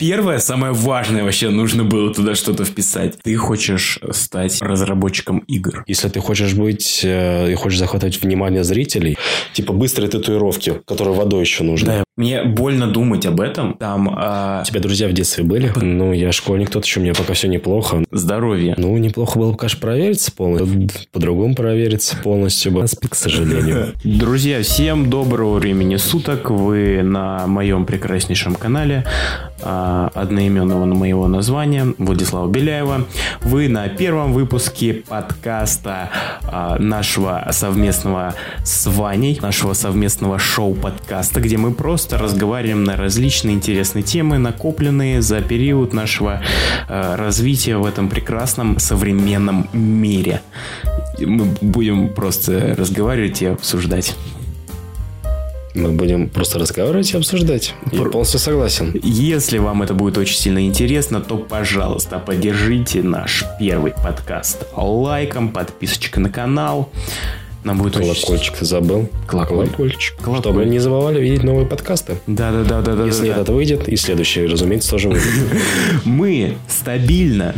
Первое, самое важное вообще, нужно было туда что-то вписать. Ты хочешь стать разработчиком игр. Если ты хочешь быть э, и хочешь захватывать внимание зрителей, типа быстрые татуировки, которые водой еще нужны. Да, мне больно думать об этом. Там а, У тебя друзья в детстве были? Ну, я школьник тот еще, у меня пока все неплохо. здоровье. Ну, неплохо было бы, конечно, провериться полностью. По-другому провериться полностью. бы. Аспект, к сожалению. Друзья, всем доброго времени суток. Вы на моем прекраснейшем канале, а, одноименного на моего названия, Владислава Беляева. Вы на первом выпуске подкаста а, нашего совместного с Ваней, нашего совместного шоу-подкаста, где мы просто разговариваем на различные интересные темы, накопленные за период нашего э, развития в этом прекрасном современном мире. И Мы будем просто разговаривать и обсуждать. Мы будем просто разговаривать и обсуждать. Я Пр- полностью согласен. Если вам это будет очень сильно интересно, то, пожалуйста, поддержите наш первый подкаст лайком, подписочкой на канал. Нам будет очень... Колокольчик ты забыл? Колокольчик. Колокольчик. Колокольчик. Чтобы не забывали видеть новые подкасты. Да-да-да-да-да. Если этот выйдет, и следующий, разумеется, тоже выйдет. Мы стабильно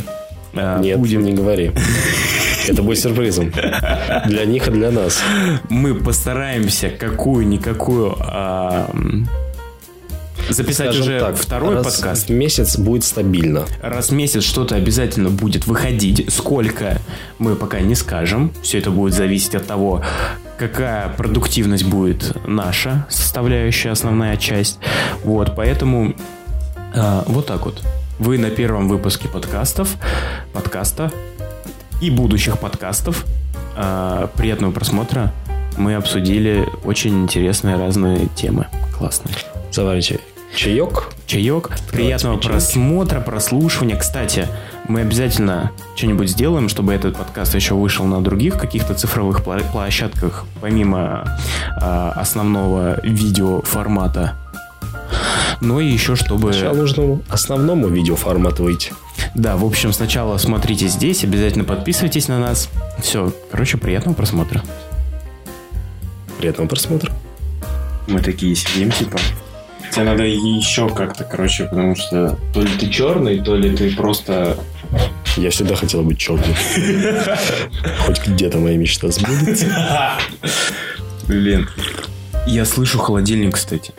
э, Нет, будем А не говори. Это будет сюрпризом. Для них и для нас. мы постараемся какую-никакую а, м, записать Скажем уже так, второй раз подкаст. в месяц будет стабильно. Раз в месяц что-то обязательно будет выходить. Сколько мы пока не скажем. Все это будет зависеть от того, какая продуктивность будет наша составляющая, основная часть. Вот, поэтому а, вот так вот. Вы на первом выпуске подкастов, подкаста и будущих подкастов. А, приятного просмотра. Мы обсудили очень интересные разные темы. Классные. Заварите чаек. Чаек. Приятного печеньки. просмотра, прослушивания. Кстати, мы обязательно что-нибудь сделаем, чтобы этот подкаст еще вышел на других каких-то цифровых пла- площадках, помимо а, основного видеоформата. Но и еще чтобы... Сначала нужно основному видеоформату выйти. Да, в общем, сначала смотрите здесь, обязательно подписывайтесь на нас. Все, короче, приятного просмотра. Приятного просмотра. Мы такие сидим, типа. Тебе надо еще как-то, короче, потому что то ли ты черный, то ли ты просто Я всегда хотел быть черным. Хоть где-то моя мечта сбудется. Блин. Я слышу холодильник, кстати.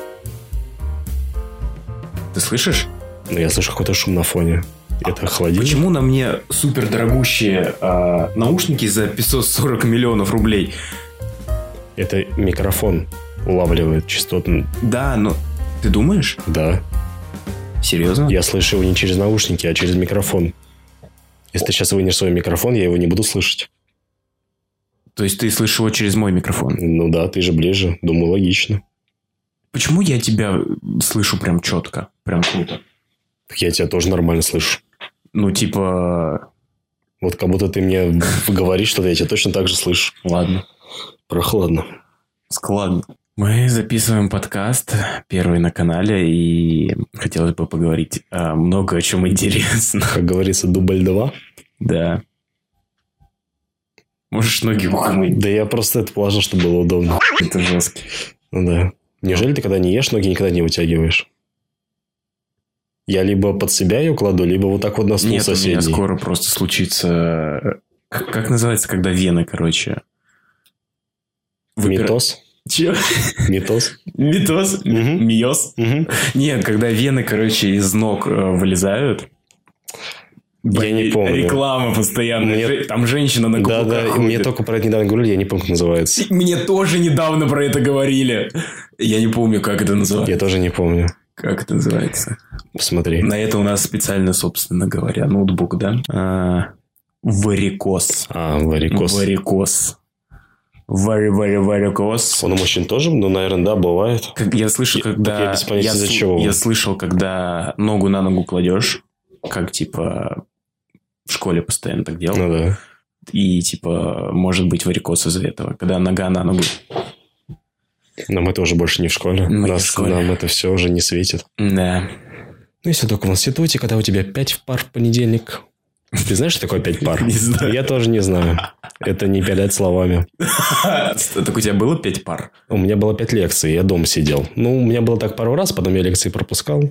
Ты слышишь? Но я слышу какой-то шум на фоне. Это холодильник. Почему на мне супер дорогущие наушники за 540 миллионов рублей? Это микрофон улавливает частоту. Да, но... Ты думаешь? Да. Серьезно? Я слышу его не через наушники, а через микрофон. Если ты сейчас вынешь свой микрофон, я его не буду слышать. То есть ты слышишь его через мой микрофон? Ну да, ты же ближе. Думаю, логично. Почему я тебя слышу прям четко? Прям круто. Так я тебя тоже нормально слышу. Ну, типа... Вот как будто ты мне говоришь что-то, я тебя точно так же слышу. Ладно. Прохладно. Складно. Мы записываем подкаст, первый на канале, и хотелось бы поговорить а, много о чем интересно. Как говорится, дубль два. Да. Можешь ноги умыть. Да я просто это положил, чтобы было удобно. Это жестко. Ну да. Неужели ты когда не ешь, ноги никогда не вытягиваешь? Я либо под себя ее кладу, либо вот так вот на стул Нет, у меня соседний. скоро просто случится... Как, как называется, когда вены, короче? выпира- Митоз? Чё? Митоз? Митоз? Мгм. Миоз? Мгм. Нет, когда вены, короче, из ног э, вылезают. Я не Блин, помню. Реклама постоянно. Мне- Же- Там женщина на Да, да, каблуках и мне ходит. только про это недавно говорили, я не помню, как называется. Мне тоже недавно про это говорили. Я не помню, как это называется. Я тоже не помню. Как это называется? Посмотри. На это у нас специально, собственно говоря, ноутбук, да? А, варикоз. А, варикоз. Варикоз. Вари, вари, варикоз. Он у мужчин тоже, ну, наверное, да, бывает. Как я слышу, когда... я без понятия, из-за сл- чего он. я слышал, когда ногу на ногу кладешь, как, типа, в школе постоянно так делал. Ну да. И, типа, может быть, варикоз из-за этого. Когда нога на ногу. Нам это уже больше не в школе. Мы не в Нас- школе. Нам это все уже не светит. Да. Ну, если только в институте, когда у тебя 5 пар в понедельник. Ты знаешь, что такое 5 пар? Не знаю. Я тоже не знаю. Это не передать словами. Так у тебя было пять пар? У меня было 5 лекций, я дома сидел. Ну, у меня было так пару раз, потом я лекции пропускал.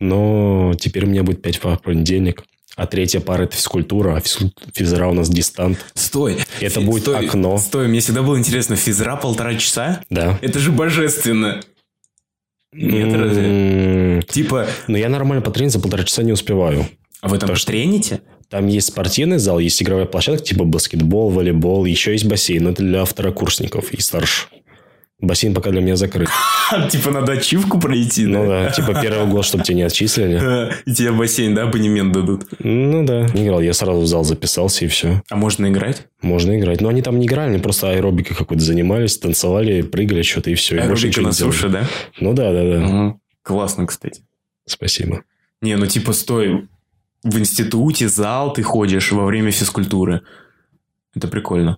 Но теперь у меня будет 5 пар в понедельник. А третья пара – это физкультура, а физ- физра у нас дистант. Стой. Это будет Э, стой, окно. Стой, мне всегда было интересно, физра полтора часа? Да. Это же божественно. Нет, разве? М, Типа, Но я нормально потренить за полтора часа не успеваю. а вы там То, что... трените? Там есть спортивный зал, есть игровая площадка, типа баскетбол, волейбол, еще есть бассейн. Но это для второкурсников и старше. Бассейн пока для меня закрыт. Типа надо ачивку пройти, Ну да, типа первый год, чтобы тебя не отчислили. да? И тебе в бассейн, да, абонемент дадут. Ну да. Не играл, я сразу в зал записался и все. А можно играть? Можно играть. Но они там не играли, они просто аэробикой какой-то занимались, танцевали, прыгали что-то и все. И Аэробика больше ничего на не делали. суше, Э, да? Ну да, да, да. Мгм. Классно, кстати. Спасибо. Не, ну типа стой, в институте зал ты ходишь во время физкультуры. Это прикольно.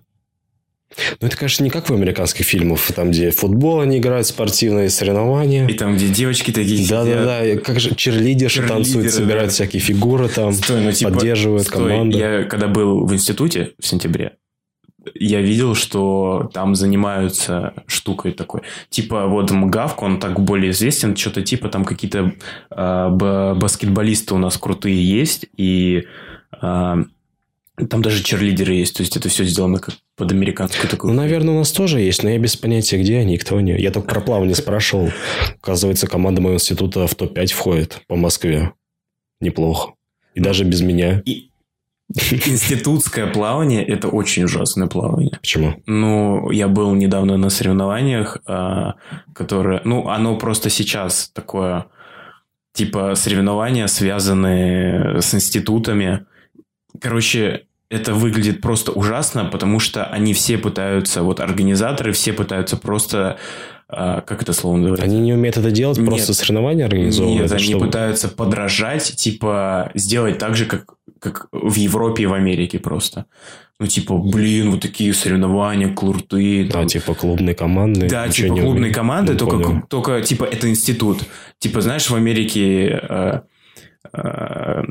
Ну это, конечно, не как в американских фильмах, там, где футбол они играют, спортивные соревнования. И там, где девочки такие сидят. Да-да-да, и как же черлидерши Черлидеры, танцуют, да. собирают всякие фигуры там, Стой, ну, типа, поддерживают стой, команду. Я когда был в институте в сентябре, я видел, что там занимаются штукой такой. Типа вот МГАВК, он так более известен, что-то типа там какие-то а, ба- баскетболисты у нас крутые есть, и а, там даже черлидеры есть, то есть это все сделано как под американскую Ну, такую... наверное, у нас тоже есть, но я без понятия, где они, и кто они. Я только про плавание спрашивал. Оказывается, команда моего института в топ-5 входит по Москве. Неплохо. И даже без меня. И- Институтское плавание – это очень ужасное плавание. Почему? Ну, я был недавно на соревнованиях, а, которое... Ну, оно просто сейчас такое... Типа соревнования, связанные с институтами. Короче, это выглядит просто ужасно, потому что они все пытаются... Вот организаторы все пытаются просто... а, Как это слово называется? Они не умеют это делать, Нет. просто соревнования организовывают. Нет, они чтобы- пытаются подражать, типа, сделать так же, как, как в Европе и в Америке просто. Ну, типа, блин, вот такие соревнования крутые. Да, там, типа клубные команды. да, ничего типа не клубные умеют. команды, Ну, только, понял. только типа это институт. Типа, знаешь, в Америке э, э,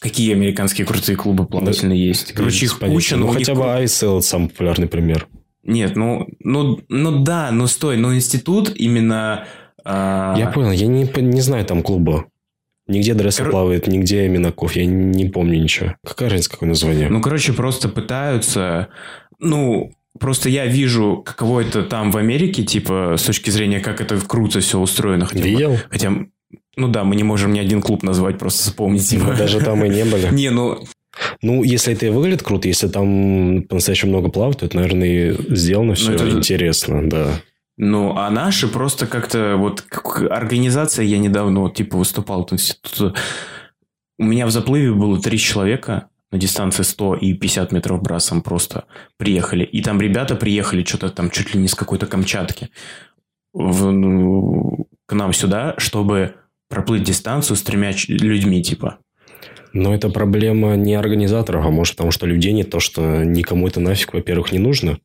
какие американские крутые клубы плавательные есть? Короче, Без их понятия. куча, но Ну, у них хотя бы кру- ISL – это самый популярный пример. Нет, ну, ну, ну да, ну стой, но институт именно... а, Я понял, я не, по- не знаю там клуба. Нигде Дресса Кор- плавает, нигде Минаков, я не помню ничего. Какая разница, какое название? Ну, короче, просто пытаются... Ну, просто я вижу, каково это там в Америке, типа, с точки зрения, как это круто все устроено. Хотя, бы- Видел? хотя ну да, мы не можем ни один клуб назвать, просто вспомнить. его. Мы Типа, Даже там и не были. Не, ну, Ну, если это и выглядит круто, если там по-настоящему много плавают, то это, наверное, и сделано все Ну, это же- интересно, да. ну, а наши просто как-то вот как организация, я недавно вот типа выступал от института. э, У меня в заплыве было три человека на дистанции 100 и 50 метров брасом просто приехали. И там ребята приехали что-то там чуть ли не с какой-то Камчатки в- ну, к нам сюда, чтобы проплыть дистанцию с тремя ч- людьми типа. Но это проблема не организаторов, а может потому, что людей нет, то, что никому это нафиг, во-первых, не нужно.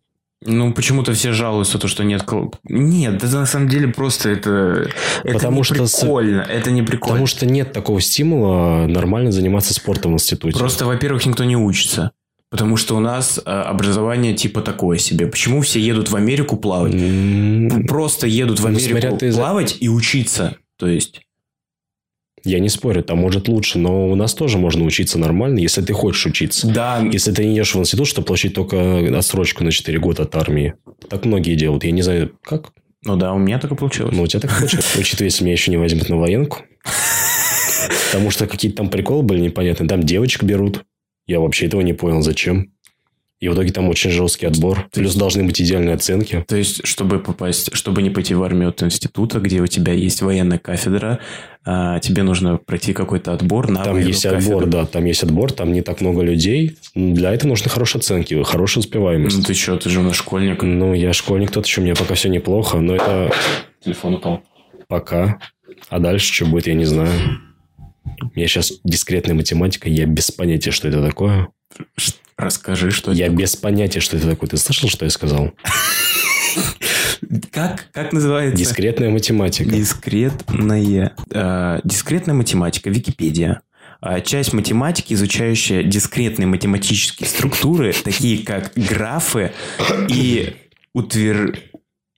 Ну, почему-то все жалуются, то, что нет... кол- Нет, да на самом деле просто это... это Потому не что с- прикольно, это не прикольно. Потому что нет такого стимула нормально заниматься спортом в институте. Просто, во-первых, никто не учится. Потому что у нас э, образование типа такое себе. Почему все едут в Америку плавать? М, Просто едут в Ну, Америку смотря ты за- плавать и учиться. То есть... Я не спорю, там может лучше, но у нас тоже можно учиться нормально, если ты хочешь учиться. Да, Если ты не идешь в институт, чтобы получить только отсрочку на 4 года от армии. Так многие делают. Я не знаю, как. ну да, у меня так и получилось. Ну, у тебя так получилось. Учитывая, если меня еще не возьмут на военку. Потому что какие-то там приколы были непонятные. Там девочек берут. Я вообще этого не понял, зачем. И в итоге там очень жесткий отбор. Плюс должны быть идеальные оценки. То есть, чтобы попасть, чтобы не пойти в армию от института, где у тебя есть военная кафедра, а, тебе нужно пройти какой-то отбор на Там военную есть кафедру. отбор, да, там есть отбор, там не так много людей. Ну, Для этого нужны хорошие оценки, хорошая Ну успеваемость. ты что, ты же у нас школьник. Ну, я школьник тот еще, у меня пока все неплохо, но это Телефон упал. пока. А дальше что будет, я не знаю. У меня сейчас дискретная математика, я без понятия, что это такое. Ш- Расскажи, что Я без понятия, что это такое. Ты слышал, что я сказал? это. Как, как называется? Дискретная математика. Дискретная. э, дискретная математика, Википедия. А, Часть математики, изучающая дискретные математические структуры, такие как графы и утвер-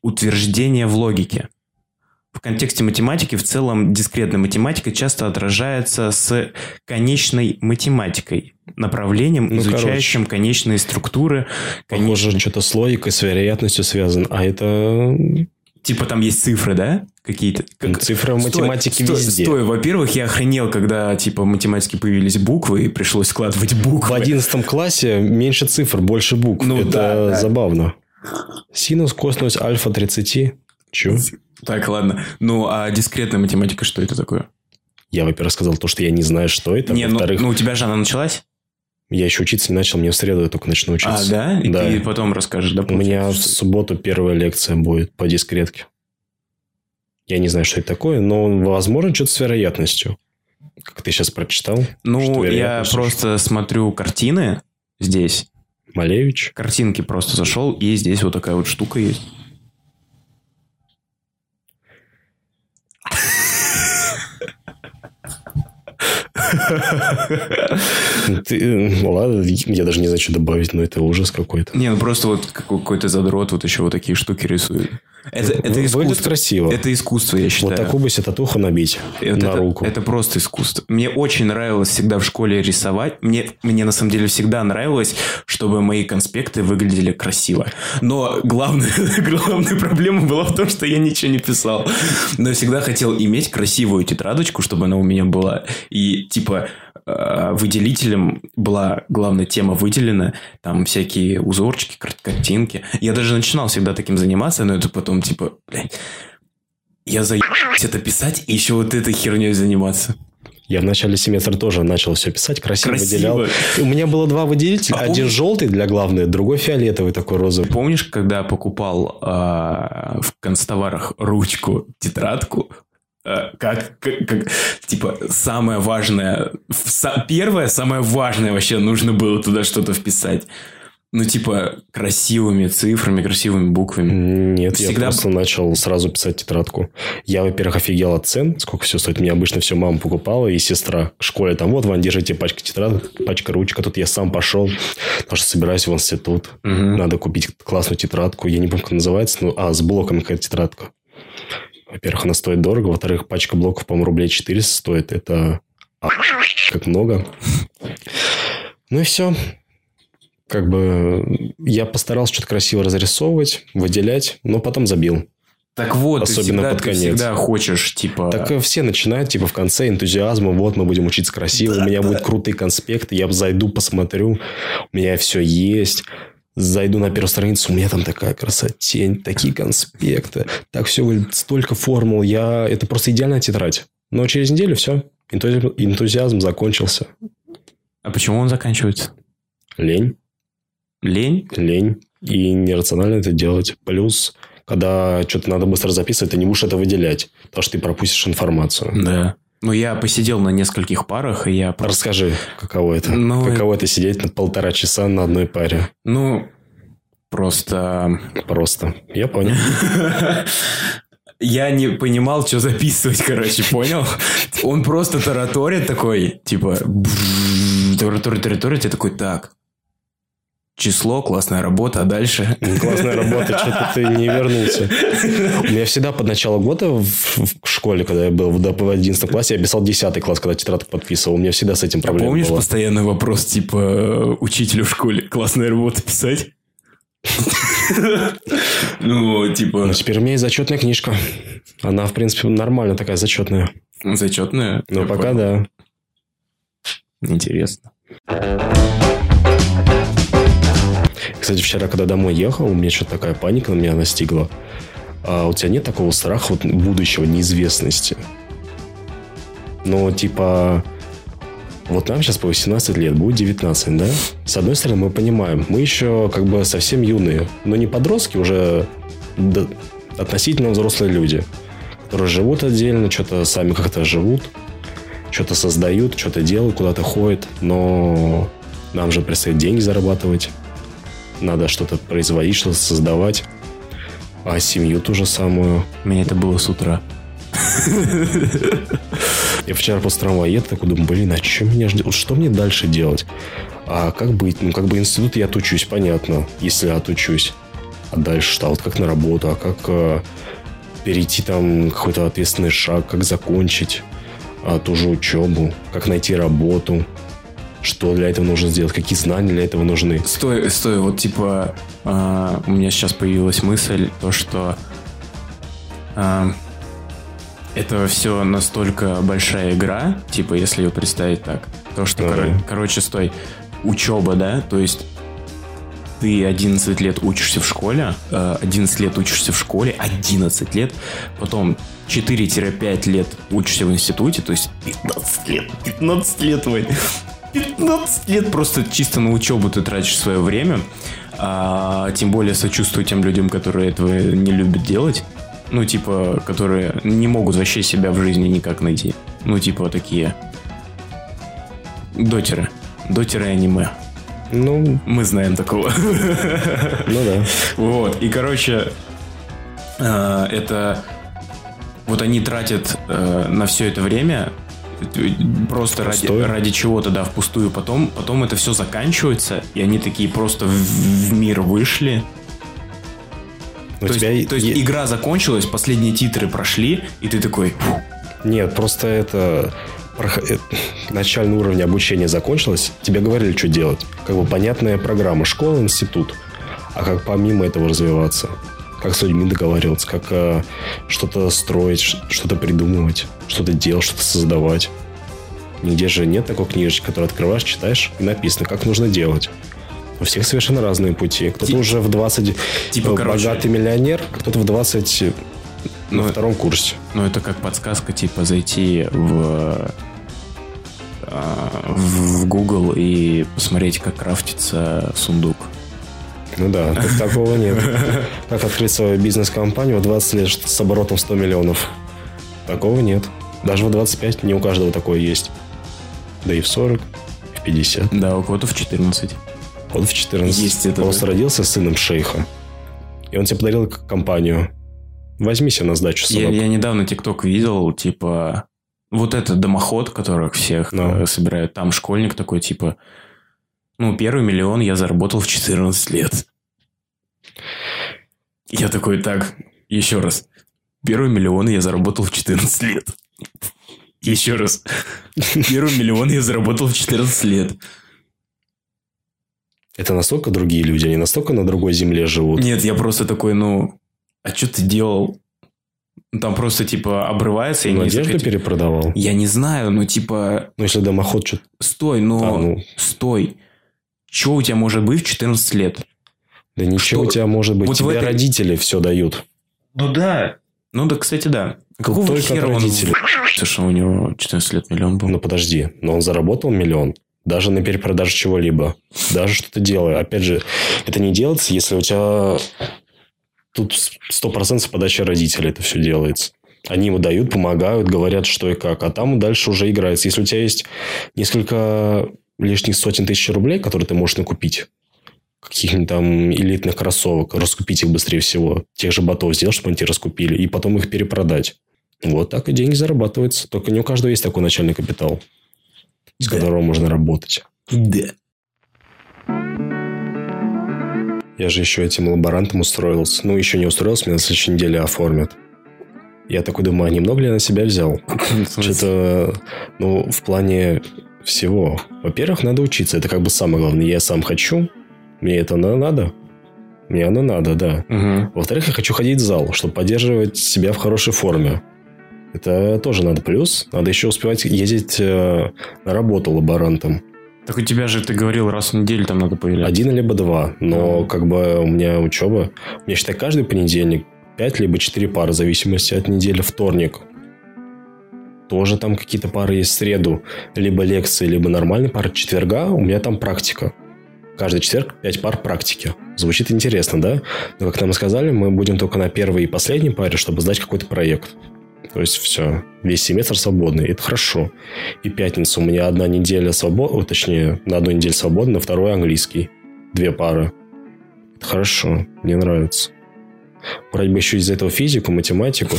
утверждения в логике. в контексте математики в целом дискретная математика часто отражается с конечной математикой, направлением, Ну, изучающим конечные структуры. Похоже, что-то с логикой, с вероятностью связано. А это Типа там есть цифры, да? Какие-то. м, цифра в Стой, математике стой, везде. стой. во-первых, я охренел, когда, типа, математики появились буквы, и пришлось складывать В буквы. 11 классе меньше цифр, больше букв. Ну это да, да. забавно. Синус, косинус, альфа 30. Че? Так, ладно. Ну, а дискретная математика, что это такое? Я, во-первых, сказал то, что я не знаю, что это. не, ну, Во-вторых, ну, у тебя же она началась? я еще учиться не начал, мне в среду я только начну учиться. А, да? И Да. ты потом расскажешь, да? У меня в получается, что- субботу первая лекция будет по дискретке. Я не знаю, что это такое, но возможно что-то с вероятностью. Как ты сейчас прочитал, что Ну, я вероятность, просто смотрю картины здесь. Малевич. Картинки просто зашел, и здесь вот такая вот штука есть. Ты- ну ладно, я даже не знаю, что добавить, но это ужас какой-то. Не, ну просто вот какой- какой-то задрот вот еще вот такие штуки рисует. Это, это Выглядит искусство. красиво. Это искусство, я считаю. Вот такую бы себе татуху набить Вот на это, руку. это просто искусство. Мне очень нравилось всегда в школе рисовать. Мне, мне на самом деле всегда нравилось, чтобы мои конспекты выглядели красиво. Но главная, главная проблема была в том, что я ничего не писал. Но я всегда хотел иметь красивую тетрадочку, чтобы она у меня была. И типа э, выделителем была главная тема выделена, там всякие узорчики, кар- картинки. Я даже начинал всегда таким заниматься, но это потом типа, блядь, я заебался это писать и еще вот этой херней заниматься. Я в начале семестра тоже начал все писать, красиво, Красиво. выделял. И У меня было два выделителя. А один помнишь- желтый для главной, другой фиолетовый такой розовый. Помнишь, когда покупал а, в констоварах ручку, тетрадку? А, Как, как, как, типа, самое важное, в- са- первое, самое важное вообще нужно было туда что-то вписать. Ну, типа, красивыми цифрами, красивыми буквами. Нет, я Всегда- просто начал сразу писать тетрадку. Я, во-первых, офигел от цен, сколько все стоит. Мне обычно все мама покупала и сестра в школе. Там, вот, Вань, держите пачка тетрадок, пачка ручка. Тут я сам пошел, потому что собираюсь в институт. Мгм. Надо купить классную тетрадку. Я не помню, как она называется. Ну, а, с блоками какая-то тетрадка. Во-первых, она стоит дорого. Во-вторых, пачка блоков, по-моему, рублей 400 стоит. Это а, как много. Ну и все. Как бы я постарался что-то красиво разрисовывать, выделять, но потом забил. Так вот, ты Особенно всегда, под ты конец. всегда хочешь, типа... Так э, все начинают, типа, в конце энтузиазма, вот, мы будем учиться красиво, у меня будут крутые конспекты, я зайду, посмотрю, у меня все есть. Зайду на первую страницу, у меня там такая красотень, такие конспекты, так все, столько формул, я... Это просто идеальная тетрадь. Но через неделю все, энтузиазм закончился. А почему он заканчивается? Лень. Лень? лень и нерационально это делать. Плюс, когда что-то надо быстро записывать, ты не будешь это выделять, потому что ты пропустишь информацию. Да. Ну, я посидел на нескольких парах, и я... просто- Расскажи, каково это? Ну, каково это сидеть на полтора часа на одной паре? Ну, просто... Просто. Я понял. Я не понимал, что записывать, короче, понял? Он просто тараторит такой, типа... бзззз, Тараторит, тараторит, я такой, так... Число, классная работа, а дальше... Классная работа, что-то ты не вернулся. У меня всегда под начало года в, в школе, когда я был в, да, в 11 классе, я писал 10 класс, когда тетрадку подписывал. У меня всегда с этим А проблема помнишь была. постоянный вопрос, типа, учителю в школе, классная работа писать? Ну, типа, Но теперь у меня есть зачетная книжка. Она, в принципе, нормально такая зачетная. зачетная. Но Я пока понял. да. Интересно. Кстати, вчера, когда домой ехал, у меня что-то такая паника на меня настигла. А у тебя нет такого страха вот будущего, неизвестности? Ну, типа, вот нам сейчас по 18 лет, будет 19, да? С одной стороны, мы понимаем, мы еще как бы совсем юные, но не подростки, уже до- относительно взрослые люди, которые живут отдельно, что-то сами как-то живут, что-то создают, что-то делают, куда-то ходят, но нам же предстоит деньги зарабатывать надо что-то производить, что-то создавать. А семью ту же самую. У меня это было с утра. Я вчера после трамвая еду, такой думаю, блин, а что меня ждет? Вот Что мне дальше делать? А как быть? Ну, как бы институт я отучусь, понятно, если отучусь. А дальше что? А вот как на работу? А как э, перейти там какой-то ответственный шаг, как закончить а, ту же учебу, как найти работу, что для этого нужно сделать, какие знания для этого нужны. Стой, стой, вот типа а, у меня сейчас появилась мысль, то что а, это все настолько большая игра, типа если ее представить так, то что, Ага. коро- короче, стой, учеба, да, то есть ты 11 лет учишься в школе, э, 11 лет учишься в школе, 11 лет, потом 4-5 лет учишься в институте, то есть 15 лет, 15 лет, Вань, 15 лет просто чисто на учебу ты тратишь свое время, А, тем более сочувствую тем людям, которые этого не любят делать, ну, типа, которые не могут вообще себя в жизни никак найти, ну, типа, такие дотеры, дотеры аниме. Ну, Мы знаем такого. ну да. Вот. И, короче, э, это... Вот они тратят э, на все это время э, просто ради, Впустую. ради чего-то, да, впустую. Потом, потом это все заканчивается, и они такие просто в, в мир вышли. У то, тебя есть, то есть е- игра закончилась, последние титры прошли, и ты такой... «Фу, Нет, просто это... прох- э, Начальный уровень обучения закончилось, тебе говорили, что делать. Как бы понятная программа, школа, институт. А как помимо этого развиваться? Как с людьми договариваться, как э, что-то строить, ш- что-то придумывать, что-то делать, что-то создавать. Нигде же нет такой книжечки, которую открываешь, читаешь, и написано, как нужно делать. У всех совершенно разные пути. Кто-то Ти- уже в 20 Типа, э, короче- богатый миллионер, а кто-то в 20 Ну, на втором курсе. Ну, это как подсказка, типа, зайти в, э, в Google и посмотреть, как крафтится сундук. Ну да, так такого нет. Как открыть свою бизнес-компанию в 20 лет что- с оборотом 100 миллионов? Такого нет. Даже в 25 не у каждого такое есть. Да и в 40, и в 50. Да, у кого-то в 14. Вот в 14 Есть это, просто да. родился сыном шейха. И он тебе подарил к- компанию. Возьми себе на сдачу, Я, сынок. я недавно ТикТок видел, типа, вот этот дымоход, которых всех Ну. э, собирают. Там школьник такой, типа, ну, первый миллион я заработал в 14 лет. Я такой, так, еще раз. Первый миллион я заработал в 14 лет. Еще раз. Первый миллион я заработал в 14 лет. Это настолько другие люди, они настолько на другой земле живут. Нет, я просто такой, ну, а что ты делал? Ну, Там просто, типа, обрывается. Я Ну, не одежду захотел- перепродавал. типа, Я не знаю, ну, типа, Ну, если домоход что-то... Стой, А, но... ну. Стой. Че у тебя может быть в 14 лет? да ничего Что? у тебя может быть. Вот в тебе этой- родители все дают. Ну да. Ну да, кстати, да. Какого только хера от он... родителей. Ты что, у него 14 лет миллион был? Ну подожди, но он заработал миллион. Даже на перепродаже чего-либо. Даже что-то делая. Опять же, это не делается, если у тебя тут 100% с подачи родителей это все делается. Они ему дают, помогают, говорят, что и как. А там дальше уже играется. Если у тебя есть несколько лишних сотен тысяч рублей, которые ты можешь накупить, каких-нибудь там элитных кроссовок, раскупить их быстрее всего, тех же ботов сделать, чтобы они тебе раскупили, и потом их перепродать. Вот так и деньги зарабатываются. Только не у каждого есть такой начальный капитал, с Да. которого можно работать. Да. Я же еще этим лаборантом устроился. Ну, еще не устроился, меня на следующей неделе оформят. Я такой думаю, а немного ли я на себя взял? Что-то, ну, в плане всего. Во-первых, надо учиться. Это как бы самое главное. Я сам хочу. Мне это на- надо. Мне оно надо, да. Мгм. Во-вторых, я хочу ходить в зал, чтобы поддерживать себя в хорошей форме. Это тоже надо плюс. Надо еще успевать ездить э, на работу лаборантом. Так у тебя же, ты говорил, раз в неделю там надо появляться. Один либо два. Но Мгм. как бы у меня учеба... У меня, считай, каждый понедельник пять либо четыре пары, в зависимости от недели. Вторник. Тоже там какие-то пары есть в среду. Либо лекции, либо нормальные пары. Четверга у меня там практика. Каждый четверг пять пар практики. Звучит интересно, да? Но, как нам и сказали, мы будем только на первой и последней паре, чтобы сдать какой-то проект. То есть все, весь семестр свободный, и это хорошо. И пятница у меня одна неделя свободна, точнее, на одну неделю свободна, на второй английский. Две пары. Это хорошо, мне нравится. Брать бы еще из этого физику, математику.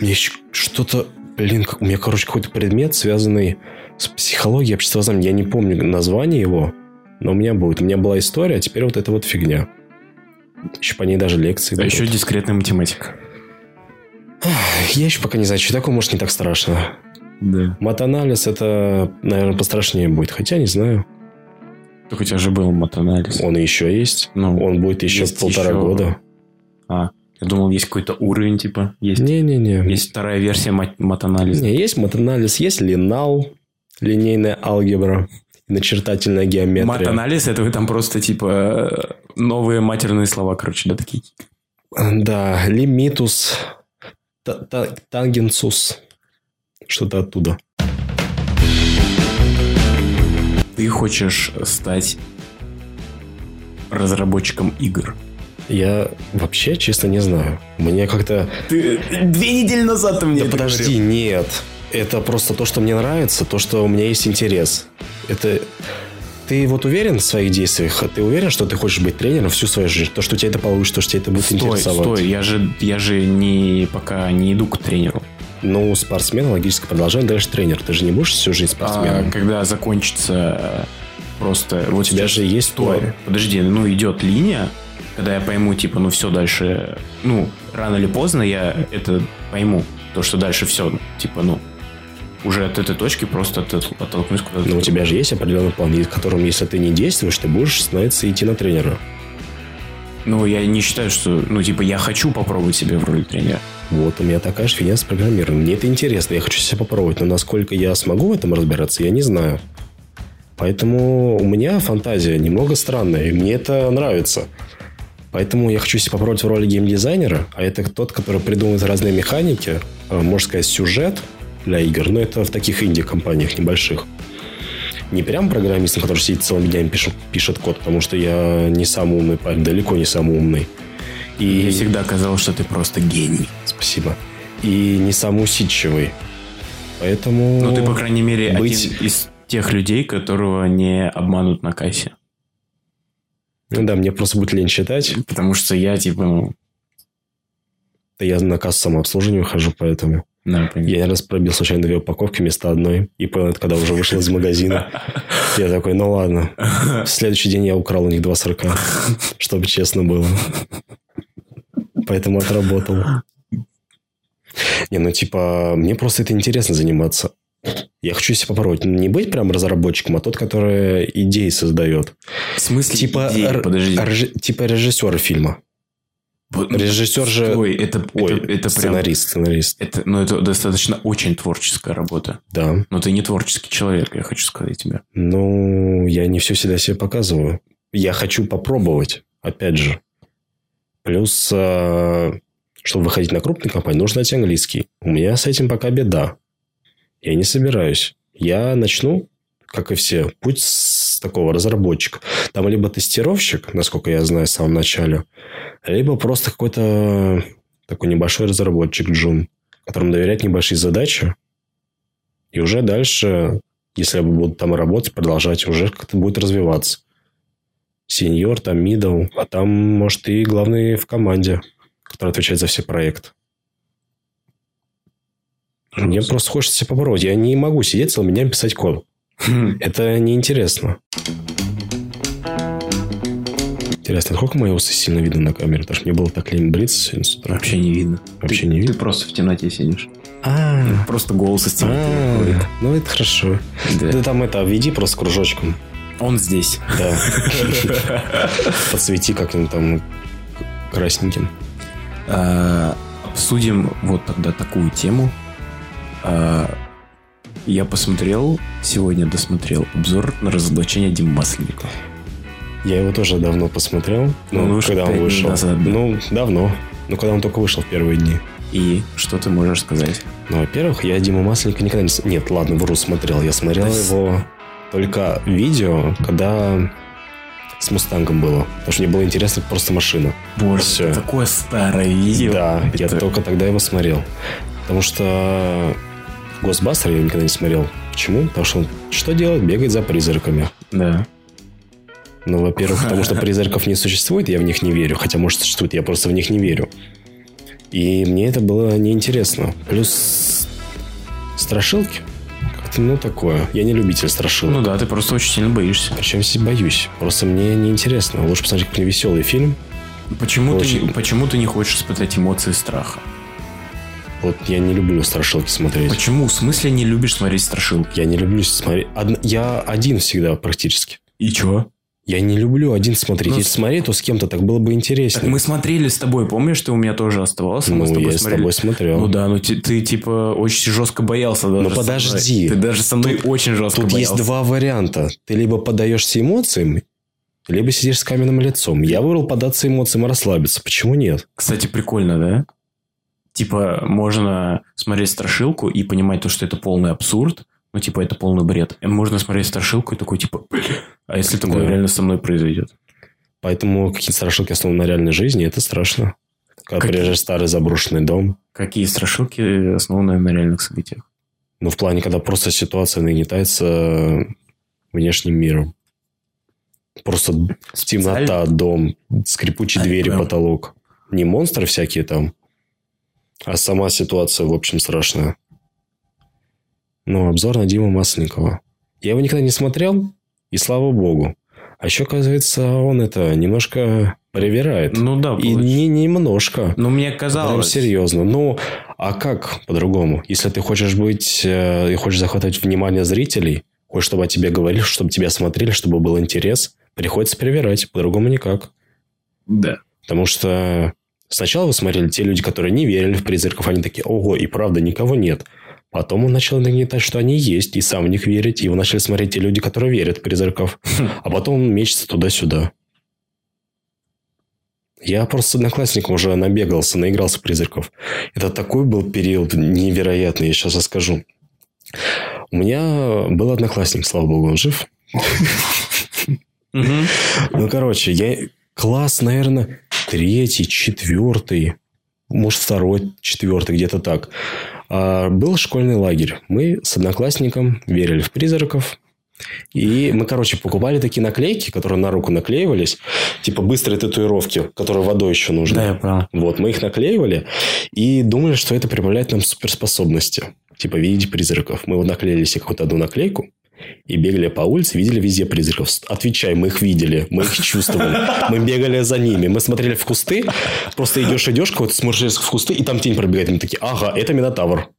У меня еще что-то, блин, как- у меня, короче, какой-то предмет, связанный с психологией, обществознанным. Я не помню название его, но у меня будет. У меня была история, а теперь вот эта вот фигня. Еще по ней даже лекции А еще будут. дискретная математика. Я еще пока не знаю, что такое, может, не так страшно. Да. Матанализ это, наверное, пострашнее будет. Хотя не знаю. Только у тебя же был матанализ. Он еще есть. Ну, Он будет еще Есть полтора еще. года. а, я думал, есть какой-то уровень, типа, есть. Не-не-не. Есть вторая версия мат- матанализа. Не, есть матанализ, есть линал, линейная алгебра, начертательная геометрия. Мат-анализ, это вы там просто, типа, э, новые матерные слова, короче, да, такие. Да, лимитус, та- та- тангенсус. Что-то оттуда. Ты хочешь стать разработчиком игр. Я вообще, честно, не знаю. Мне как-то... Ты две недели назад ты мне Да это подожди, говорил. нет. Это просто то, что мне нравится, то, что у меня есть интерес. Это... Ты вот уверен в своих действиях? Ты уверен, что ты хочешь быть тренером всю свою жизнь? То, что у тебя это получится, то, что тебя это будет Стой, интересовать? стой, я же, я же не, пока не иду к тренеру. Ну, спортсмен, логическое продолжение, дальше тренер. Ты же не будешь всю жизнь А спортсменом. когда закончится э, просто... Вот У тебя же есть Стой, план. подожди, ну идет линия, когда я пойму, типа, ну все дальше, ну, рано или поздно я это пойму, то, что дальше все, типа, ну, уже от этой точки просто от- оттолкнусь куда-то. Но Ну, у тебя же есть определенный план, и в котором, если ты не действуешь, ты будешь становиться идти на тренера. Ну, я не считаю, что, ну, типа, я хочу попробовать себя в роли тренера. Вот у меня такая же фигня с программированием. Мне это интересно, я хочу себя попробовать, но насколько я смогу в этом разбираться, я не знаю. Поэтому у меня фантазия немного странная, и мне это нравится. Поэтому я хочу себя попробовать в роли геймдизайнера, а это тот, который придумывает разные механики, э, можно сказать, сюжет для игр, но это в таких инди-компаниях небольших. Не прям программист, который сидит целыми днями пишет, пишет код, потому что я не самый умный парень, далеко не самый умный. И И всегда казалось, что ты просто гений. Спасибо. И не самоусидчивый. Поэтому... Ну, ты, по крайней мере, быть- один из тех людей, которого не обманут на кассе. Ну да, мне просто будет лень читать. Потому что я, типа, ну, Да я на кассу самообслуживания хожу, поэтому... да, понимаю. Я один раз пробил случайно две упаковки вместо одной. И понял это, когда уже вышел из магазина. Я такой, ну ладно. В следующий день я украл у них два сорока. Чтобы честно было. Поэтому отработал. Не, ну типа, мне просто это интересно заниматься. Я хочу себя попробовать. Не быть прям разработчиком, а тот, который идеи создает. В смысле Типа, идеи? р- подожди. реж- типа режиссер фильма. Вот, ну, Режиссер же... Ой, это, Ой, это, это прям... сценарист, сценарист. Это, ну, это достаточно очень творческая работа. Да. Но ты не творческий человек, я хочу сказать тебе. Ну, я не все всегда себе показываю. Я хочу попробовать, опять же. Плюс, э, чтобы выходить на крупные компании, нужно знать английский. У меня с этим пока беда. Я не собираюсь. Я начну, как и все, путь с такого разработчика. Там либо тестировщик, насколько я знаю, в самом начале, либо просто какой-то такой небольшой разработчик джун, которому доверять небольшие задачи. И уже дальше если я буду там работать, продолжать, уже как-то будет развиваться. Сеньор, там мидл, а там, может, и главный в команде, который отвечает за все проекты. Мне просто хочется себя попробовать. Я не могу сидеть целыми днями писать код. Хм, Это неинтересно. Интересно, насколько мои усы сильно видно на камере? Потому что мне было так лень бриться сегодня с утра. Вообще не видно. Вообще Ты- не видно. Ты просто в темноте сидишь. А, Просто голос из темноты. а, выходит. ну это хорошо. Да. Ты там это, введи просто кружочком. Он здесь. Да. Подсвети как-нибудь там красненьким. А, Обсудим вот тогда такую тему. А, Я посмотрел, сегодня досмотрел обзор на разоблачение Димы Масленникова. Я его тоже давно посмотрел. Ну, Ну, вышел когда он пять дней вышел. назад, да? Ну, давно. Ну, когда он только вышел в первые дни. И что ты можешь сказать? Ну, во-первых, я Диму Масленника никогда не... с- Нет, ладно, вру, смотрел. Я смотрел Да с- его только видео, когда с Мустангом было. Потому что мне было интересно просто машина. Боже, Всё. это такое старое видео. Да, я Это- только тогда его смотрел. Потому что Госбастер я никогда не смотрел. Почему? Потому что он что делает? Бегает за призраками. Да. Ну, во-первых, потому что призраков не существует, я в них не верю. Хотя, может, существует, я просто в них не верю. И мне это было неинтересно. Плюс страшилки. Как-то, ну, такое. Я не любитель страшилок. Ну да, ты просто очень сильно боишься. Причем я боюсь. Просто мне неинтересно. Лучше посмотреть какой-нибудь веселый фильм. Почему, ты, Очень. не- почему ты не хочешь испытать эмоции страха? Вот я не люблю страшилки смотреть. Почему? В смысле не любишь смотреть страшилки? Я не люблю смотреть... Од- Я один всегда практически. И чего? Я не люблю один смотреть. Ну, Если смотреть, то с кем-то так было бы Так интереснее. мы смотрели с тобой, помнишь, ты у меня тоже оставался? мы ну, с тобой я с смотрели. тобой смотрел. Ну да, ну ти- ты, типа очень жестко боялся даже. Ну, со мной. подожди. Ты даже со мной очень жестко Тут боялся. есть два варианта. Ты либо поддаешься эмоциям, либо сидишь с каменным лицом. Я выбрал поддаться эмоциям и расслабиться. Почему нет? Кстати, прикольно, да? Типа, можно смотреть страшилку и понимать то, что это полный абсурд. Ну, типа, это полный бред. И Можно смотреть страшилку и такой, типа, «Блин, а если такое Да. реально со мной произойдет? Поэтому какие-то страшилки основаны на реальной жизни, и это страшно. Когда Какие? приезжаешь в старый заброшенный дом, Какие страшилки основаны на реальных событиях? ну, в плане, когда просто ситуация нагнетается э, внешним миром. Просто темнота, дом, скрипучие А, я двери, понял. потолок. Не монстры всякие там, а сама ситуация, в общем, страшная. Ну, обзор на Дима Масленникова. Я его никогда не смотрел, и слава богу. А еще, оказывается, он это немножко привирает. Ну да, и получ- не немножко. Ну, мне Прям казалось... серьезно. Ну, а как по-другому? Если ты хочешь быть э, и хочешь захватывать внимание зрителей, хочешь, чтобы о тебе говорили, чтобы тебя смотрели, чтобы был интерес, приходится привирать. По-другому никак. Да. Потому что сначала вы смотрели те люди, которые не верили в призраков, они такие, ого, и правда, никого нет. Потом он начал нагнетать, что они есть, и сам в них верить. И его начали смотреть те люди, которые верят в призраков. А потом он мечется туда-сюда. Я просто с одноклассником уже набегался, наигрался призраков. Это такой был период невероятный, я сейчас расскажу. У меня был одноклассник, слава богу, он жив. Мгм. Ну, короче, я класс, наверное, третий, четвертый, может, второй, четвертый, где-то так. А, был школьный лагерь. Мы с одноклассником верили в призраков. И мы, короче, покупали такие наклейки, которые на руку наклеивались. Типа быстрые татуировки, которые водой еще нужны. Да, я понял. Вот, мы их наклеивали и думали, что это прибавляет нам суперспособности. Типа видеть призраков. Мы вот наклеили себе какую-то одну наклейку и бегали по улице, видели везде призраков. С- Отвечай, мы их видели, мы их чувствовали. Мы бегали за ними, мы смотрели в кусты. Просто идешь-идешь, какой-то смотришь в кусты, и там тень пробегает. И Мы такие, ага, это Минотавр.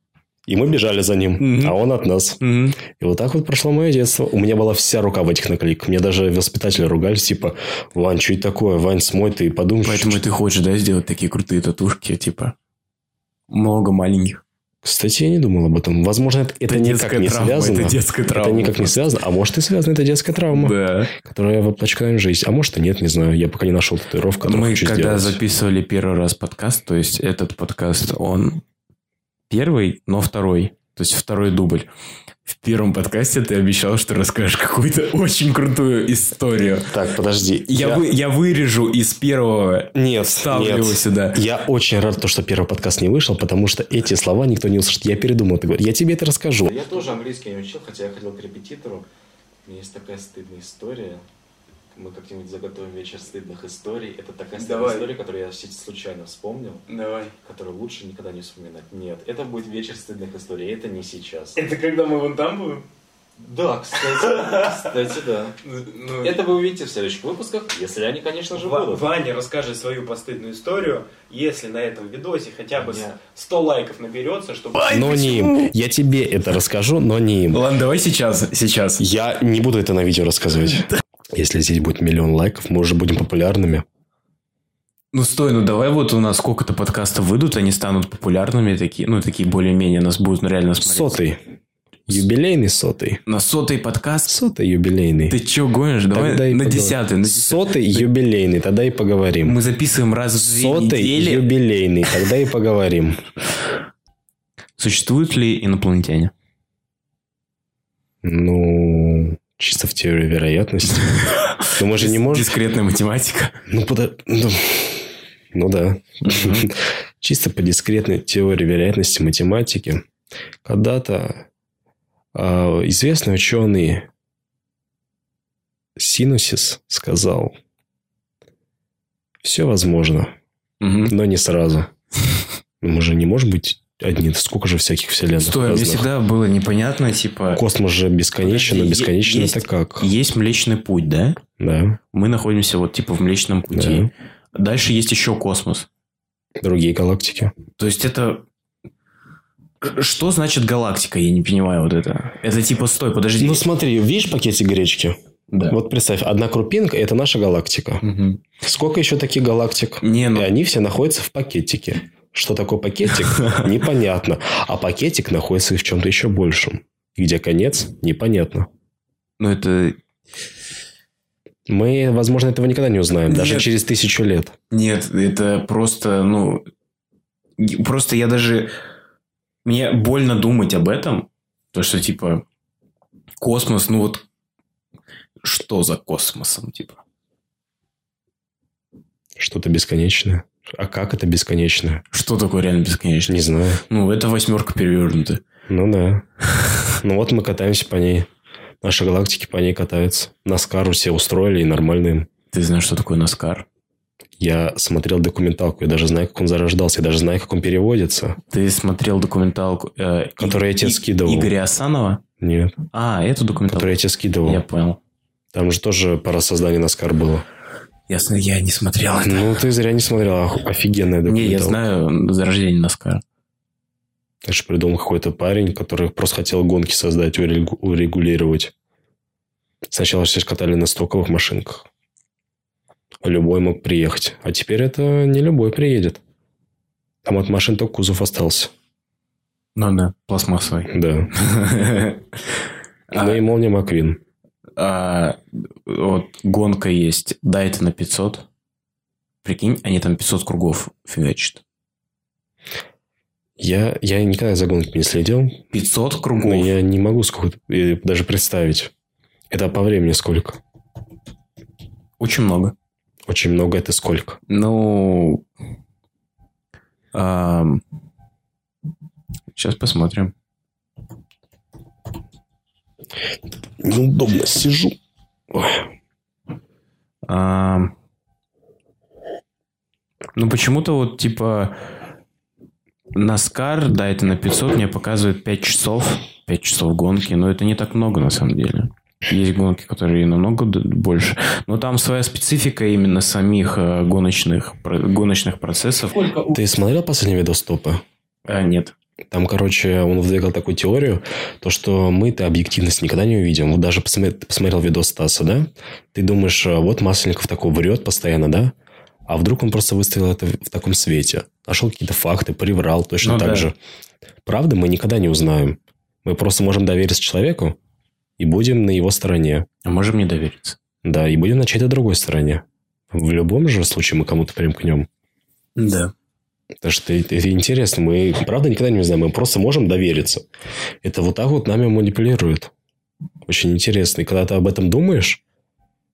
И мы бежали за ним, Мгм. а он от нас. Мгм. И вот так вот прошло мое детство. У меня была вся рука в этих наклейках. Меня даже воспитатели ругались, типа, Вань, что это такое? Вань, смой ты и подумай. Поэтому и ты хочешь, да, сделать такие крутые татушки, типа, много маленьких. Кстати, я не думал об этом. Возможно, это, это никак не травма, связано. это детская травма. Это никак не связано. А может, и связано. Это детская травма, Да. которая воплощена в жизнь. А может, и нет, не знаю. Я пока не нашел татуировку, которую Мы хочу когда сделать. записывали первый раз подкаст, то есть этот подкаст, он первый, но второй. То есть второй дубль. В первом подкасте ты обещал, что расскажешь какую-то очень крутую историю. Так, подожди. Я, вы- я вырежу из первого, Нет, вставлю нет. его сюда. Я очень рад, то, что первый подкаст не вышел, потому что эти слова никто не услышит. Я передумал. Ты говоришь, Я тебе это расскажу. Я тоже английский не учил, хотя я ходил к репетитору. У меня есть такая стыдная история. Мы как-нибудь заготовим вечер стыдных историй. Это такая стыдная Давай. история, которую я си- случайно вспомнил, Давай. которую лучше никогда не вспоминать. Нет, это будет вечер стыдных историй, и это не сейчас. Это когда мы вон там будем? Да, кстати, кстати, да. Ну, Это вы увидите в следующих выпусках, если они, конечно же, Ва- будут. Ваня расскажет свою постыдную историю, если на этом видосе хотя бы с- Нет. 100 лайков наберется, чтобы... но не им. Я тебе это расскажу, но не им. Ладно, давай сейчас, сейчас. Я не буду это на видео рассказывать. Если здесь будет миллион лайков, мы уже будем популярными. Ну стой, ну давай вот у нас сколько-то подкастов выйдут, они станут популярными такие, ну такие более-менее, нас будут реально смотреть. Сотый. Юбилейный сотый. На сотый подкаст? Сотый юбилейный. Ты чё гонишь? Давай Тогда и на поговорим. десятый. на десятый. Сотый юбилейный, тогда и поговорим. Мы записываем раз в две Сотый недели. юбилейный, тогда и поговорим. Существуют ли инопланетяне? Ну, чисто в теории вероятности. Ну, мы же не можем... Дискретная математика. Ну, пода- ну, ну да. Чисто по дискретной теории вероятности математики. Когда-то а, известный ученый Синусис сказал, все возможно, Мгм. но не сразу. Ну, Мы же не можем быть одни. Сколько же всяких вселенных Стой, а мне разных. всегда было непонятно, типа... Космос же бесконечен, но Подожди, бесконечно есть- это как? Есть Млечный Путь, да? Да. Мы находимся вот типа в Млечном Пути. Дальше есть еще космос. Другие галактики. То есть это... Что значит галактика? Я не понимаю вот это. Это типа, стой, подожди. Ну смотри, видишь пакетик гречки? Да. Вот представь, одна крупинка – это наша галактика. Мгм. Сколько еще таких галактик? Не, ну- И они все находятся в пакетике. Что такое пакетик? Непонятно. А пакетик находится и в чем-то еще большем. Где конец? Непонятно. Ну это... Мы, возможно, этого никогда не узнаем, даже Нет. через тысячу лет. Нет, это просто, ну... г- Просто я даже... Мне больно думать об этом. То, что типа космос, ну вот... Что за космосом, типа? Что-то бесконечное. А как это бесконечное? Что такое реально бесконечно? Не знаю. Ну, это восьмерка перевернута. Ну да. Ну вот мы катаемся по ней. Наши галактики по ней катаются. Наскару все устроили и нормально им. Ты знаешь, что такое Наскар? Я смотрел документалку, я даже знаю, как он зарождался, я даже знаю, как он переводится. Ты смотрел документалку... э, И- Которую я тебе И- скидывал. Игоря Асанова? Нет, А, эту документалку? который я тебе скидывал. Я понял. Там же тоже пора создания Наскар было. Ясно, я не смотрел это. Ну, ты зря не смотрел. ох- Офигенная Не, документалка. я знаю зарождение Наскара. Так что придумал какой-то парень, который просто хотел гонки создать, урегу- урегулировать. Сначала все ж катали на стоковых машинках. Любой мог приехать. А теперь это не любой приедет. Там от машин только кузов остался. Ну да, пластмассовый. Да. А- Ну и молния Маквин. а, вот гонка есть. Да, это на 500. Прикинь, они там 500 кругов фигачат. Я, я никогда за гонками не следил. 500 Но кругов. я не могу сколько э, даже представить. Это по времени сколько? Очень много. Очень много это сколько? Ну... сейчас посмотрим. Неудобно сижу. Ой, Ам, ну, почему-то вот, типа, Наскар, да, это на 500, мне показывает 5 часов. 5 часов гонки, но это не так много, на самом деле. Есть гонки, которые и намного д- больше. Но там своя специфика именно самих э, гоночных, про- гоночных процессов. Ты смотрел последний видос топа? А, нет. Там, короче, он выдвигал такую теорию, то, что мы-то объективность никогда не увидим. Вот даже посмотри- ты посмотрел видос Стаса, да? Ты думаешь, а, вот Масленников такой врет постоянно, да? А вдруг он просто выставил это в в таком свете? Нашел какие-то факты, приврал точно Ну так да. же. Правда мы никогда не узнаем. Мы просто можем довериться человеку и будем на его стороне. А Можем не довериться. Да, и будем на чьей-то другой стороне. В любом же случае мы кому-то примкнем. Да. Потому что это, это интересно. Мы, правда, никогда не узнаем. Мы просто можем довериться. Это вот так вот нами манипулируют. Очень интересно. И когда ты об этом думаешь,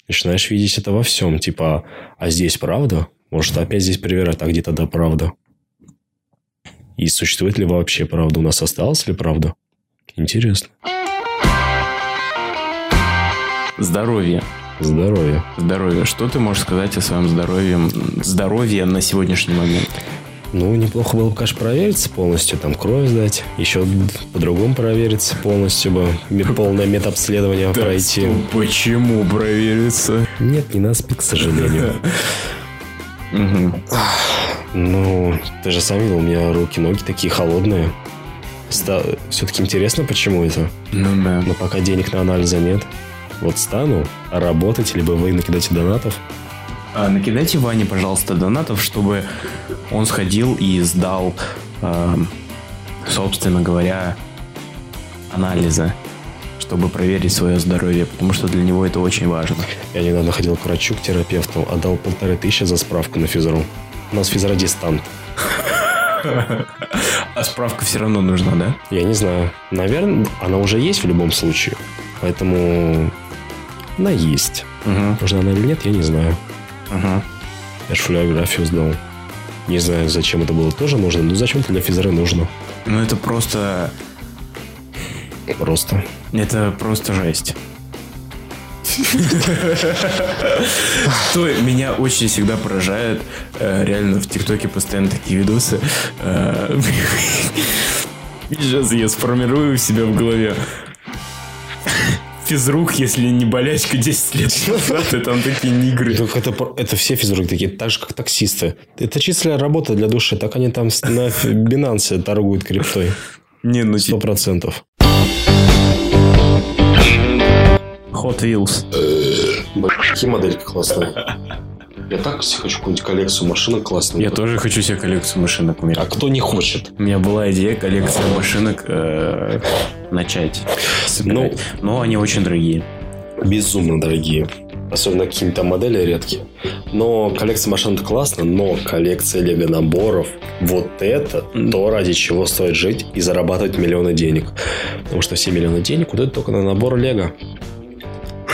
начинаешь видеть это во всем. Типа, а здесь правда? Может, опять здесь привирать, а где тогда правда? И существует ли вообще правда? У нас осталась ли правда? Интересно. Здоровье. Здоровье. Здоровье. Что ты можешь сказать о своем здоровье? м, Здоровье на сегодняшний момент. Ну, неплохо было бы, конечно, провериться полностью, там кровь сдать, еще по-другому провериться полностью бы, мет- полное медобследование пройти. Почему провериться? Нет, не на спи, к сожалению. Мгм. Ну, ты же сам видел, у меня руки, ноги такие холодные. Все-таки интересно, почему это. Ну да. Но пока денег на анализы нет. Вот стану, а работать, либо вы накидаете донатов. А, накидайте Ване, пожалуйста, донатов, чтобы он сходил и сдал, эм, собственно говоря, анализы, чтобы проверить свое здоровье, потому что для него это очень важно. Я недавно ходил к врачу, к терапевту, отдал полторы тысячи за справку на физру. У нас физродистант. А справка все равно нужна, да? Я не знаю. Наверное, она уже есть в любом случае. Поэтому она есть. Угу, Нужна она или нет, я не знаю. угу. Я ж флюорографию сдал. Не знаю, зачем это было тоже нужно, но зачем-то для физры нужно. Ну это просто... Просто. Это просто жесть. Что меня очень всегда поражает, э, реально в ТикТоке постоянно такие видосы. э, Сейчас я сформирую у себя в голове. Физрук, если не болячка 10 лет назад, и там такие нигры. Ну, Это, про- это все физруки такие, так же, как таксисты. Это чистая работа для души. Так они там с- на фи- Binance торгуют криптой. Не, ну Сто типа... процентов. Hot Wheels. Какие модельки классные. Я так все хочу какую-нибудь коллекцию машинок классных. Я тоже хочу себе коллекцию машинок. У меня, А кто не хочет? у меня была идея коллекцию машинок э, начать. Ну, собирать. Но они очень дорогие. Безумно дорогие. Особенно какие-нибудь там модели редкие. Но коллекция машин это классно, но коллекция лего наборов вот это то, ради чего стоит жить и зарабатывать миллионы денег. Потому что все миллионы денег уйдут только на набор лего.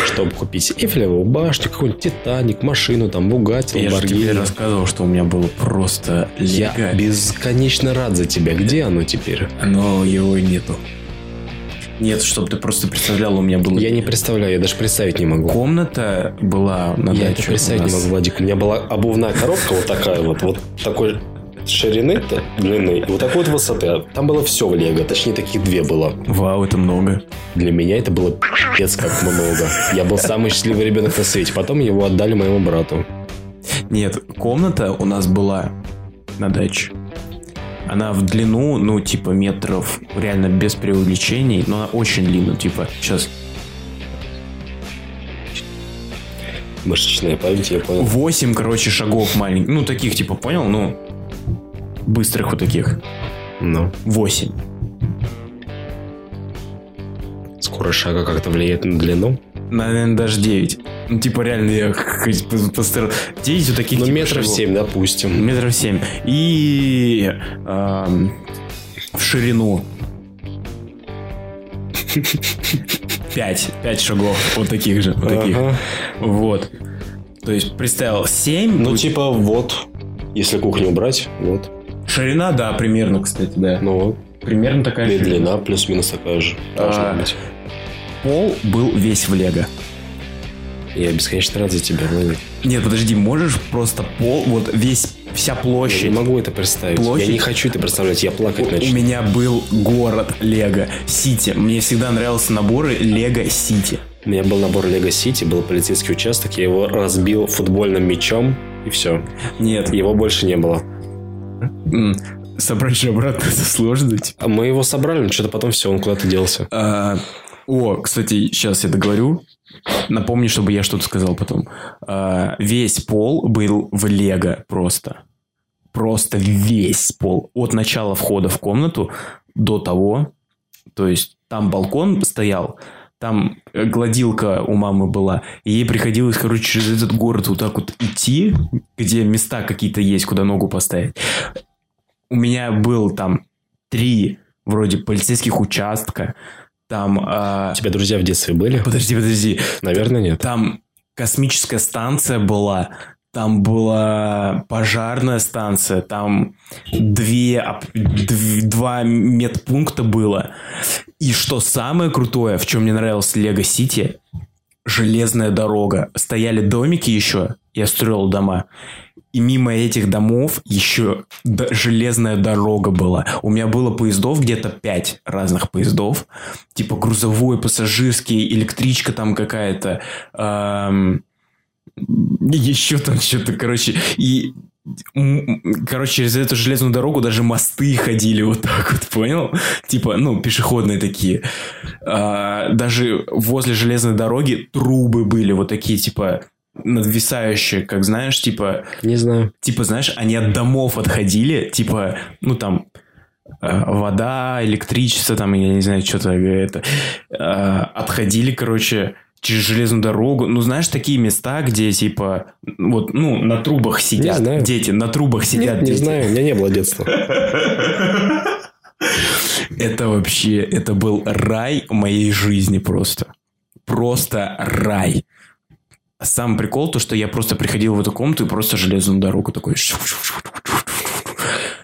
Чтобы купить Эйфелеву башню, какой-нибудь Титаник, машину, там, Бугатти, Я же тебе Ламборгини. рассказывал, что у меня было просто Я лего, бесконечно рад за тебя. Где оно теперь? но его и нету. Нет, чтобы ты просто представлял, у меня было... Я не представляю, я даже представить не могу. Комната была на я это даче у представить не нас. могу, Владик. У меня была обувная коробка вот такая вот, вот такой ширины, т- длины, и вот такой вот высоты. Там было все в Лего, точнее, таких две было. Вау, это много. Для меня это было пи***ц как много. Я был самый счастливый ребенок на свете. Потом его отдали моему брату. Нет, комната у нас была на даче. Она в длину, ну, типа, метров, реально без преувеличений, но она очень длинная, типа, сейчас Мышечная память, я понял. 8, короче, шагов маленьких, ну, таких, типа, понял, ну, быстрых вот таких, Но 8. скорость шага как-то влияет на длину. Наверное, даже 9. Ну, типа, реально, я постарался. 9 вот таких Ну, типа, метров шагов. семь, допустим. Метров 7. И эм, в ширину. 5. 5 шагов. Вот таких же. Вот таких. Ага. Вот. То есть представил 7. Ну, типа, вот. Если кухню убрать, вот. Ширина, да, примерно, кстати, да. Ну, вот. Примерно такая И же. длина плюс-минус такая же. Должна А. быть. Пол был весь в лего. Я бесконечно рад за тебя, Владик. Нет, подожди, можешь просто пол, вот весь, вся Я площадь. не могу это представить. Площадь? Я не хочу это представлять, я плакать У начну. меня был город Лего Сити. Мне всегда нравился наборы Лего Сити. У меня был набор Лего Сити, был полицейский участок, я его разбил футбольным мячом, и все. Нет, Его больше не было. м, собрать же обратно это сложно. типа. А мы его собрали, но что-то потом все, он куда-то делся. А, о, кстати, сейчас я договорю. Напомни, чтобы я что-то сказал потом. А, весь пол был в Лего просто. Просто весь пол. От начала входа в комнату до того. То есть там балкон стоял, там э, гладилка у мамы была. И ей приходилось, короче, через этот город вот так вот идти, где места какие-то есть, куда ногу поставить. У меня был там три вроде полицейских участка. Там... а, У тебя друзья в детстве были? Подожди, подожди. Наверное, нет. Там космическая станция была, там была пожарная станция, там две, ап- дв- два медпункта было. И что самое крутое, в чем мне нравилось Лего Сити, железная дорога. Стояли домики еще, я строил дома. И мимо этих домов еще д- железная дорога была. У меня было поездов где-то пять разных поездов. Типа грузовой, пассажирский, электричка там какая-то. эм, еще там что-то, короче. И, м, м, короче, через эту железную дорогу даже мосты ходили вот так вот, понял? Типа, ну, пешеходные такие. А, даже возле железной дороги трубы были вот такие, типа, надвисающие, как знаешь, типа Не знаю. типа, знаешь, они от домов отходили, типа, ну там э, вода, электричество, там, я не знаю, что-то это, э, отходили, короче, через железную дорогу. Ну, знаешь, такие места, где, типа, вот, ну, на трубах сидят знаю. дети, на трубах сидят Нет, не дети. знаю, у меня не было детства. Это вообще, это был рай моей жизни просто. Просто рай. Сам прикол то, что я просто приходил в эту комнату и просто железную дорогу такой.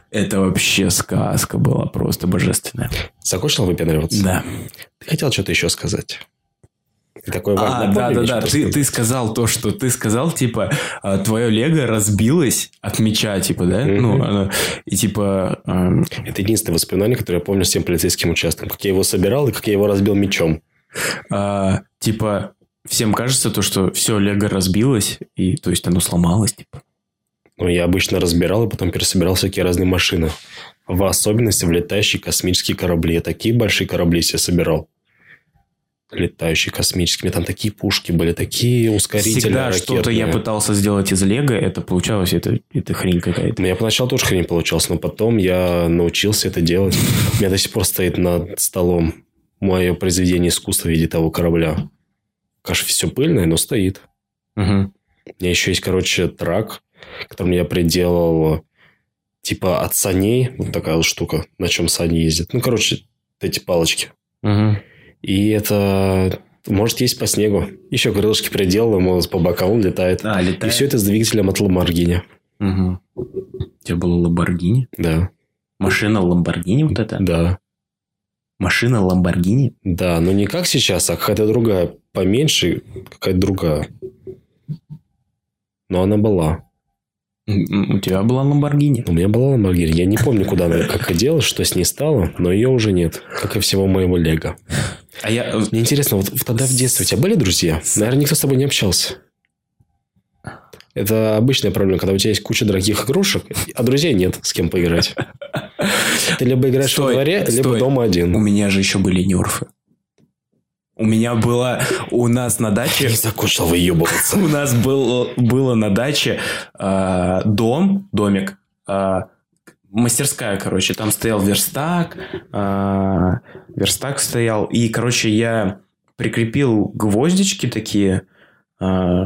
Это вообще сказка была просто божественная. Закончил выпендриваться? Да. Ты хотел что-то еще сказать? Ты такой А, вагнопольный да, да, да. мне что-то Ты, сказал? ты сказал то, что ты сказал, типа, а, твое Лего разбилось от меча, типа, да? Мгм. Ну, оно- и типа, эм, Это единственное воспоминание, которое я помню с тем полицейским участком. Как я его собирал и как я его разбил мечом. а, типа, всем кажется то, что все Лего разбилось, и то есть оно сломалось, типа. Ну, я обычно разбирал и потом пересобирал всякие разные машины. В особенности в летающие космические корабли. Я такие большие корабли себе собирал. Летающие космические. У меня там такие пушки были, такие ускорители Всегда ракетные. что-то я пытался сделать из Лего, это получалось, это, это хрень какая-то. Ну, я поначалу тоже хрень получалась, но потом я научился это делать. У меня до сих пор стоит над столом мое произведение искусства в виде того корабля. Конечно, все пыльное, но стоит. Мгм. У меня еще есть, короче, трак, которым я приделал типа от саней. Вот такая вот штука, на чем сани ездят. Ну, короче, эти палочки. Мгм. И это может есть по снегу. Еще крылышки приделал, ему по бокам он летает. А, И летает. все это с двигателем от Ламаргини. Мгм. У тебя было Ламборгини? Да, Машина Ламборгини вот это? да. Машина Ламборгини? Да, но не как сейчас, а какая-то другая, поменьше, какая-то другая. Но она была. М, У тебя была Ламборгини? У меня была Ламборгини. Я не помню, куда она как и делась, что с ней стало, но ее уже нет, как и всего моего Лего. А я... э, Мне интересно, вот в- тогда в детстве у тебя были друзья? Наверное, никто с тобой не общался. Это обычная проблема, когда у тебя есть куча дорогих игрушек, а друзей нет, с кем поиграть. Ты либо играешь во Стой, дворе, либо стой. дома У один. меня же еще были нерфы. У меня была... У нас на даче... Не закончил выебываться. У нас было, было на даче э, дом, домик, э, мастерская, короче. Там стоял верстак, э, верстак стоял. И, короче, я прикрепил гвоздички такие. э,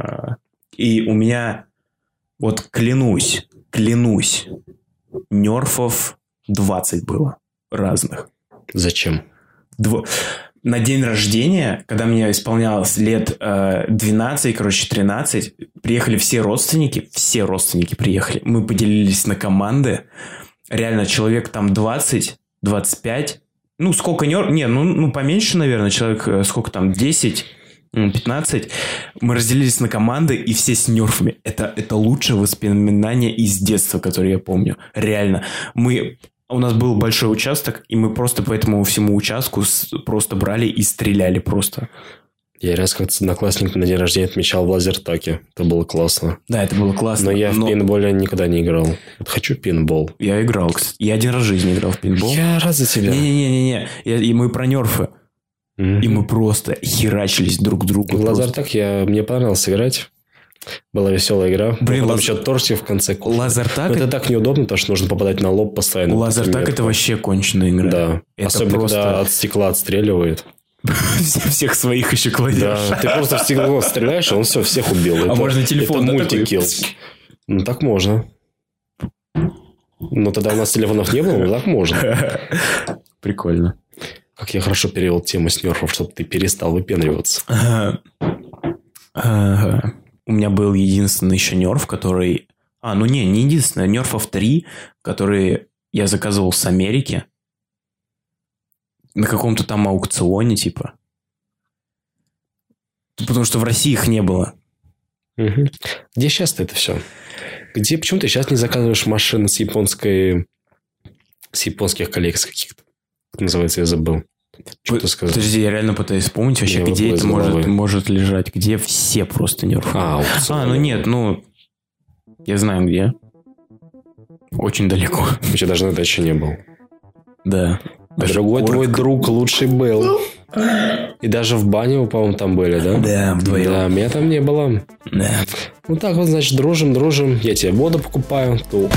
и у меня, вот клянусь, клянусь, нерфов 20 было разных. Зачем? Дво- На день рождения, когда мне исполнялось лет э, 12, короче, 13, приехали все родственники, все родственники приехали. Мы поделились на команды. Реально, человек там 20, 25. Ну, сколько нер... Не, ну, ну поменьше, наверное, человек э, сколько там, 10, м, 15. Мы разделились на команды, и все с нерфами. Это, это лучшее воспоминание из детства, которое я помню. Реально. Мы у нас был большой участок, и мы просто по этому всему участку с- просто брали и стреляли просто. Я раз как-то с одноклассником на день рождения отмечал в лазертаке. Это было классно. Да, это было классно. Но я в но пейнтболе никогда не играл. Вот хочу пейнтбол. я играл, кстати. Я один раз в жизни играл в пейнтбол. Я рад за тебя. Не-не-не-не. Я- И мы про нерфы. М. И мы просто херачились друг к другу. В просто. лазертак я... мне понравилось играть. Была веселая игра. Блин, Потом лаз- еще тортик в конце. кушали. Лазертак, Но это так Ну, неудобно, потому что нужно попадать на лоб постоянно. лазертак это вообще конченая игра. Да. Это Особенно, просто- когда от стекла отстреливает. Все- Всех своих еще кладешь. Да. Ты просто в стекло стреляешь, а он все, всех убил. А можно телефон Это на мультикил. Ну, так можно. Но тогда у нас телефонов не было, но так можно. Прикольно. Как я хорошо перевел тему с нерфов, чтобы ты перестал выпендриваться. Ага. Ага. Э, У меня был единственный еще нерф, который... А, ну не, не единственный. Нерфов 3, которые я заказывал с Америки. На каком-то там аукционе, типа. Потому что в России их не было. Мгм. Где сейчас ты это все? Где, почему ты сейчас не заказываешь машины с японской... С японских коллег с каких-то? Как называется, я забыл. Что П- ты сказал? Подожди, я реально пытаюсь вспомнить вообще, Не где выплыл это из может, головы. может лежать. Где все просто нерфы. А, аукцион. А, ну нет, ну... Я знаю где. Очень далеко. Вообще даже на даче не был. Да. А Другой Курок. твой друг лучший был. И даже в бане вы, по-моему, там были, да? Да, вдвоем. Да, меня там не было. Да. Ну так вот, значит, дружим, дружим. Я тебе воду покупаю. Ту.